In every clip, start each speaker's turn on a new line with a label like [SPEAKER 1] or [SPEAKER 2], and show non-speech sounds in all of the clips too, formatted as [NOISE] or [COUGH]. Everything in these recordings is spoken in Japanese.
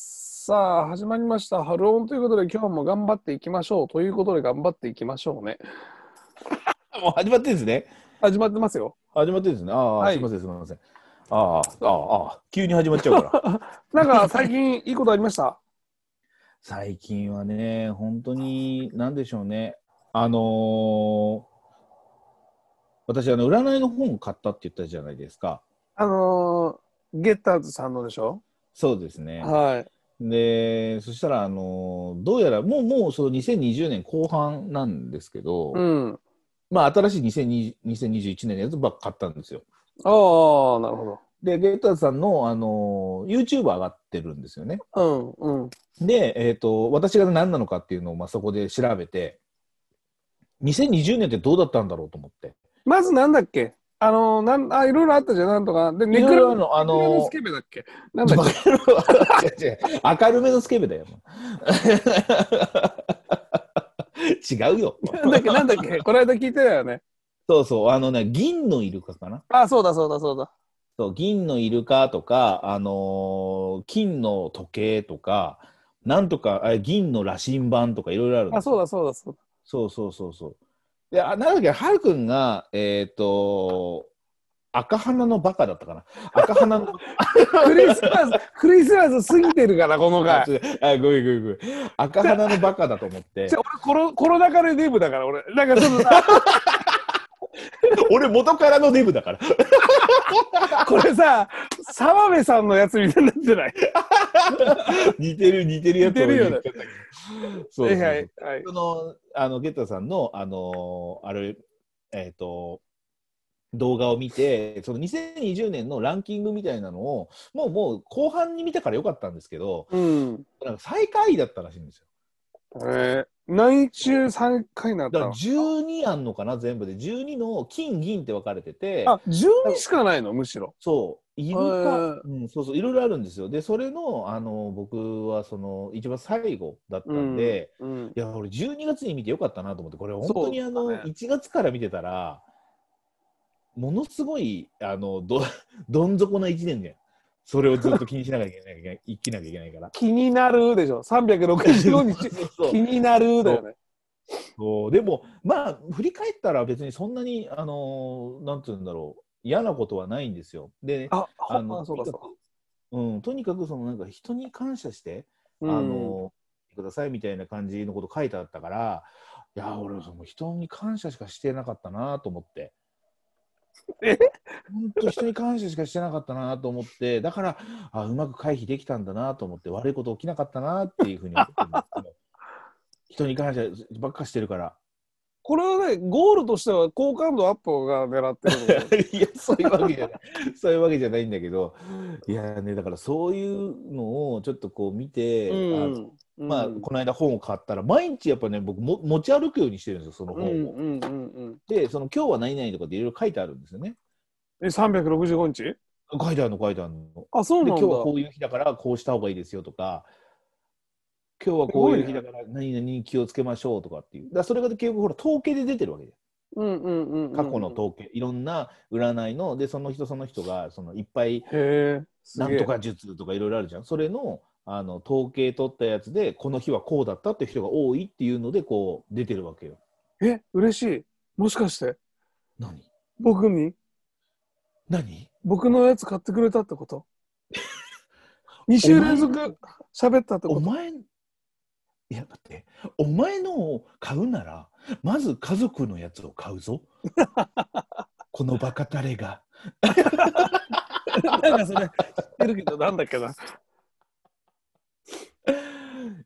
[SPEAKER 1] さあ、始まりました。春音ということで、今日も頑張っていきましょう。ということで、頑張っていきましょうね。
[SPEAKER 2] もう始まってるんですね。
[SPEAKER 1] 始まってますよ。
[SPEAKER 2] 始まってるんですね。ああ、
[SPEAKER 1] はい
[SPEAKER 2] すみません、すみません。ああ、ああ、ああ、急に始まっちゃうから。
[SPEAKER 1] なんか、最近、いいことありま [LAUGHS] した
[SPEAKER 2] [LAUGHS] 最近はね、本当に、なんでしょうね。あのー私、あの、占いの本を買ったって言ったじゃないですか。
[SPEAKER 1] あのー、ゲッターズさんのでしょ
[SPEAKER 2] そうですね。
[SPEAKER 1] はい。
[SPEAKER 2] で、そしたら、あのーどうやら、もう、もう、その2020年後半なんですけど、
[SPEAKER 1] うん。
[SPEAKER 2] まあ、新しい2020 2021年のやつばっか買ったんですよ。
[SPEAKER 1] ああ、なるほ
[SPEAKER 2] で、ゲッターズさんの、あのー、YouTube 上がってるんですよね。
[SPEAKER 1] ど。うん、うん。
[SPEAKER 2] で、えー、と私が何なのかっていうのを、まあ、そこで調べて2020年ってどうだったんだろうと思って
[SPEAKER 1] まず、なんだっけあのー、なんあいろいろあったじゃん、なんとか。で、ネ
[SPEAKER 2] い
[SPEAKER 1] ク
[SPEAKER 2] ろいろ
[SPEAKER 1] ラ
[SPEAKER 2] ある
[SPEAKER 1] ネ
[SPEAKER 2] のあ
[SPEAKER 1] クラ
[SPEAKER 2] の
[SPEAKER 1] スケベだっけなんだっけ
[SPEAKER 2] 違う違う明るめのス [LAUGHS] ケベだよ [LAUGHS] 違うよ
[SPEAKER 1] なんだっけなんだっ [LAUGHS] けこの間聞いてたよね。
[SPEAKER 2] そうそうあのね銀のイルカかな
[SPEAKER 1] あ、そうだ、そうだ、そうだ。
[SPEAKER 2] そう銀のイルカとか、あのー金の時計とかなんとかあ銀の羅針盤とかいろいろあるんで
[SPEAKER 1] あ、
[SPEAKER 2] すよ
[SPEAKER 1] そうだ、そうだ、そうだ。
[SPEAKER 2] そうそうそうそう。で、あなんだっけ、はるくんが、えっ、と、赤鼻のバカだったかな。赤鼻の、
[SPEAKER 1] クリスマス、クリスマス過ぎてるから、この
[SPEAKER 2] あ
[SPEAKER 1] 回。
[SPEAKER 2] ごめんごめんごめん。赤鼻のバカだと思って
[SPEAKER 1] じゃ。俺コロコロナ禍でデブだから俺なんかちょっとさ
[SPEAKER 2] [LAUGHS] 俺、元からのデブだから。
[SPEAKER 1] これさ澤部さんのやつみたいになってない
[SPEAKER 2] [LAUGHS] 似てる、似てるや
[SPEAKER 1] 似
[SPEAKER 2] つ
[SPEAKER 1] てるよね
[SPEAKER 2] 俺言っちゃったけどそうそうそう。
[SPEAKER 1] はいはい
[SPEAKER 2] その、あの、ゲッタさんの、あのあれ、えっ、と、動画を見て、その2020年のランキングみたいなのを、もう、もう、後半に見たからよかったんですけど、
[SPEAKER 1] うん
[SPEAKER 2] なんか最下位だったらしいんですよ。
[SPEAKER 1] えー、何中3回になっ
[SPEAKER 2] だ
[SPEAKER 1] た
[SPEAKER 2] から
[SPEAKER 1] の
[SPEAKER 2] 12あんのかな全部で12の金銀って分かれてて
[SPEAKER 1] あ12しかないのむしろ
[SPEAKER 2] そうイルカ、
[SPEAKER 1] へ
[SPEAKER 2] うん、そうそういろいろあるんですよでそれのあの僕はその一番最後だったんで、
[SPEAKER 1] うん
[SPEAKER 2] いや俺12月に見てよかったなと思ってこれ本
[SPEAKER 1] そ
[SPEAKER 2] 当
[SPEAKER 1] う
[SPEAKER 2] にあ
[SPEAKER 1] だ
[SPEAKER 2] の、
[SPEAKER 1] ね
[SPEAKER 2] 1月から見てたらものすごいあのど [LAUGHS] どん底な1年でそれをずっと気にしなきゃいけない生きなきゃいけな
[SPEAKER 1] [LAUGHS]
[SPEAKER 2] いから。
[SPEAKER 1] 気になるでしょ365日
[SPEAKER 2] そう [LAUGHS] そう
[SPEAKER 1] 気になるだよね
[SPEAKER 2] そうでもまあ振り返ったら別にそんなにあのーなんて言うんだろう嫌なことはないんですよ。で
[SPEAKER 1] あ
[SPEAKER 2] あ
[SPEAKER 1] ほん
[SPEAKER 2] の
[SPEAKER 1] まそうだそうだ
[SPEAKER 2] う、ん、とにかくそのなんか人に感謝して、
[SPEAKER 1] うん
[SPEAKER 2] あのーくださいみたいな感じのこと書いてあったからいや俺その人に感謝しかしてなかったなと思って。
[SPEAKER 1] え
[SPEAKER 2] 本当人に感謝しかしてなかったなと思ってだからあうまく回避できたんだなと思って悪いこと起きなかったなっていうふうに思ってるんですけど人に感謝ばっかしてるから
[SPEAKER 1] これはねゴールとしては好感度アップが狙ってるの
[SPEAKER 2] [LAUGHS]
[SPEAKER 1] よ
[SPEAKER 2] いや、そういうわけじゃない。そういうわけじゃないんだけど、いやね、だからそういうのをちょっとこう見て、あの
[SPEAKER 1] うん
[SPEAKER 2] まあ、この間本を買ったら、毎日やっぱね、僕も持ち歩くようにしてるんですよ、そ
[SPEAKER 1] う
[SPEAKER 2] の本
[SPEAKER 1] ん
[SPEAKER 2] を。
[SPEAKER 1] うんうんうん
[SPEAKER 2] で、その今日は何々とかでいろいろ書いてあるんですよね。
[SPEAKER 1] え365日
[SPEAKER 2] 書いてあるの、書いてあるの。
[SPEAKER 1] あそう
[SPEAKER 2] で、
[SPEAKER 1] なん
[SPEAKER 2] 今日
[SPEAKER 1] だ
[SPEAKER 2] はこういう日だから、こうした方がいいですよとか、今日はこういう日だから、何々に気をつけましょうとかっていう。だからそれが結局、ほら、統計で出てるわけで
[SPEAKER 1] うんうんうんうんうん
[SPEAKER 2] 過去の統計、いろんな占いの、で、その人その人が、そのいっぱい、
[SPEAKER 1] へえす
[SPEAKER 2] な
[SPEAKER 1] げえ
[SPEAKER 2] んとか術とかいろいろあるじゃん。それのあの統計取ったやつで、この日はこうだったって人が多いっていうので、こう出てるわけよ。
[SPEAKER 1] え嬉しいもしかして
[SPEAKER 2] 何
[SPEAKER 1] 僕に
[SPEAKER 2] 何
[SPEAKER 1] 僕のやつ買ってくれたってこと [LAUGHS] 2週連続喋ったってこと
[SPEAKER 2] お前、いや、待って、お前のを買うなら、まず家族のやつを買う
[SPEAKER 1] [LAUGHS]
[SPEAKER 2] ぞ。このバカタレが。
[SPEAKER 1] なんかそれ知ってるけどなんだっけな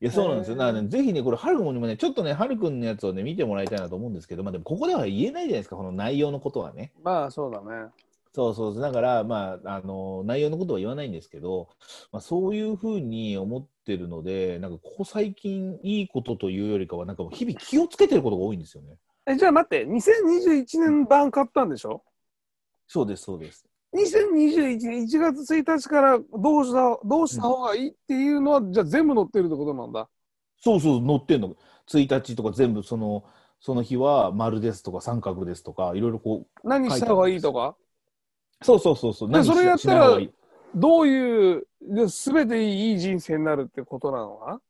[SPEAKER 2] いや、そうなんですよ。
[SPEAKER 1] へー
[SPEAKER 2] だからね、ぜひね、これ、はるくんにもね、ちょっとね、はるくんのやつをね、見てもらいたいなと思うんですけど、まあ、でも、ここでは言えないじゃないですか、この内容のことはね。
[SPEAKER 1] [LAUGHS] まあそうだね
[SPEAKER 2] そうそうだから、まあ、あの内容のことは言わないんですけど、まあ、そういうふうに思ってるのでなんかここ最近いいことというよりかはなんかもう日々気をつけてることが多いんですよね。
[SPEAKER 1] えじゃあ待って2021年版買ったんでしょ
[SPEAKER 2] そうですそうです。
[SPEAKER 1] 2021年1月1日からどうしたどうした方がいいっていうのは、じゃあ全部載ってるってことなんだ
[SPEAKER 2] そうそう載ってんの1日とか全部そのその日は丸ですとか三角ですとかいろいろこ
[SPEAKER 1] 何した方がいいとか
[SPEAKER 2] うそうそうそうそう
[SPEAKER 1] でそれやったら
[SPEAKER 2] 何しない方がいい
[SPEAKER 1] どういう、すべていい人生になるってことなのかな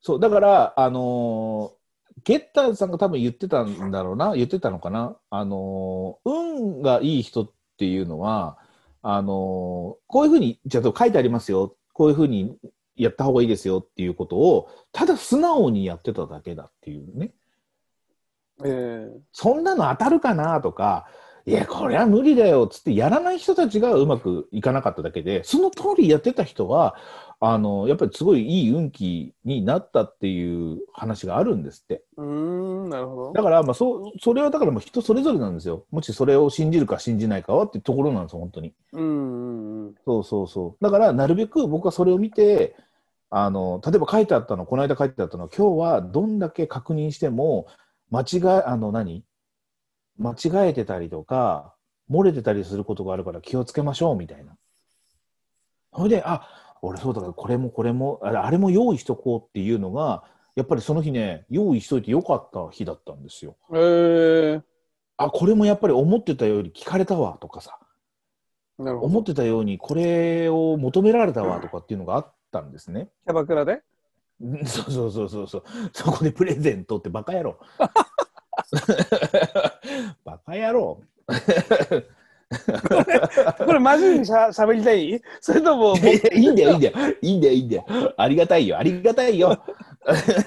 [SPEAKER 2] そう、だから、あのーゲッターズさんが多分言ってたんだろうな、言ってたのかな。あのー運がいい人っていうのは、あのーこういうふうに、ちゃんと書いてありますよ。こういうふうにやった方がいいですよっていうことを、ただ素直にやってただけだっていうね。
[SPEAKER 1] ええ
[SPEAKER 2] そんなの当たるかなとか、いや、これは無理だよっつって、やらない人たちがうまくいかなかっただけで、その通りやってた人は、あの、やっぱりすごいいい運気になったっていう話があるんですって。
[SPEAKER 1] うーん、なるほ
[SPEAKER 2] だ
[SPEAKER 1] ど。
[SPEAKER 2] から、まあ、そう、それはだからもう人それぞれなんですよ。もしそれを信じるか信じないかはってところなんですよ、本当に。
[SPEAKER 1] うん、うん、
[SPEAKER 2] そうそうそう。だから、なるべく僕はそれを見て、あの、例えば書いてあったの、この間書いてあったの、今日はどんだけ確認しても、間違え、あの、何間違えてたりとか、漏れてたりすることがあるから気をつけましょう、みたいな。それで、あ、俺そうだから、これもこれも、あれあれも用意しとこうっていうのが、やっぱりその日ね、用意しといてよかった日だったんですよ。
[SPEAKER 1] うん。え
[SPEAKER 2] あ、これもやっぱり思ってたより聞かれたわ、とかさ。
[SPEAKER 1] えなるほど。
[SPEAKER 2] 思ってたようにこれを求められたわとかっていうのがあったんですね。 [LAUGHS]
[SPEAKER 1] キャバクラで
[SPEAKER 2] うんそうそうそうそうそう。そこでプレゼントってバカ野郎。 [LAUGHS] バカ野 [LAUGHS] 郎。
[SPEAKER 1] これマジにしゃ喋りたい [LAUGHS] それとも、
[SPEAKER 2] いやいいんだよいいんだよいいんだよいいんだよ。ありがたいよありがたいよ。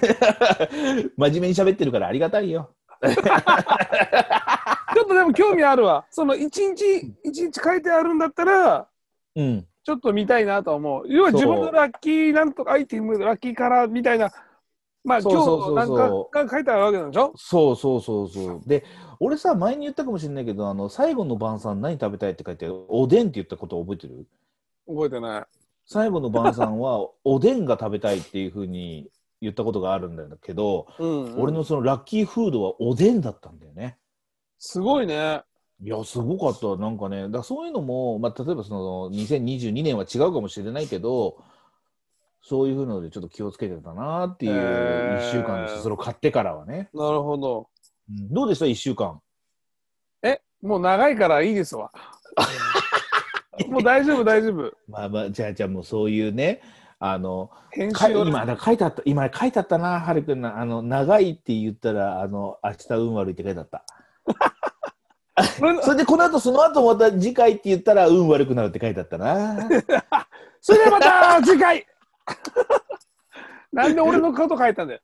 [SPEAKER 2] [LAUGHS] 真面目に喋ってるからありがたいよ。
[SPEAKER 1] ちょっとでも興味あるわ。その一日、一日書いてあるんだったら、
[SPEAKER 2] うん。
[SPEAKER 1] ちょっと見たいなとは思う。要は
[SPEAKER 2] そう
[SPEAKER 1] 自分のラッキーなんとかアイテム、ラッキーカラーみたいな、まあ
[SPEAKER 2] そ
[SPEAKER 1] 今
[SPEAKER 2] う
[SPEAKER 1] 日
[SPEAKER 2] そう
[SPEAKER 1] の
[SPEAKER 2] そう
[SPEAKER 1] な
[SPEAKER 2] そうん
[SPEAKER 1] かが書いてあるわけなんでしょ
[SPEAKER 2] そうそうそうそう。で、俺さ、前に言ったかもしれないけど、あの、最後の晩餐何食べたいって書いてある、おでんって言ったこと覚えてる
[SPEAKER 1] 覚えてない。
[SPEAKER 2] 最後の晩餐はおでんが食べたいっていうふうに言ったことがあるんだけど、
[SPEAKER 1] うん、
[SPEAKER 2] 俺のそのラッキーフードはおでんだったんだよね。
[SPEAKER 1] すごいね。
[SPEAKER 2] いやすごかったなんかねだからそういうのも、まあ、例えばその2022年は違うかもしれないけどそういうのでちょっと気をつけてたなっていう
[SPEAKER 1] へー
[SPEAKER 2] 1週間でした、それを買ってからはね、
[SPEAKER 1] なるほど。
[SPEAKER 2] うんどうでした1週間
[SPEAKER 1] え、もう長いからいいです
[SPEAKER 2] [LAUGHS]
[SPEAKER 1] わ。もう大丈夫、大丈夫。
[SPEAKER 2] まあまあじゃあじゃあもうそういうねあの
[SPEAKER 1] 編
[SPEAKER 2] か
[SPEAKER 1] 集を
[SPEAKER 2] 今だ書いてあった今書いてあったなはるくんのあの長いって言ったらあの明日運悪いって書いてあった
[SPEAKER 1] それ
[SPEAKER 2] それでこの後その後また次回って言ったら運悪くなるって書いてあったな
[SPEAKER 1] それではまた次回 [LAUGHS] なんで俺のこと書いたんだよ。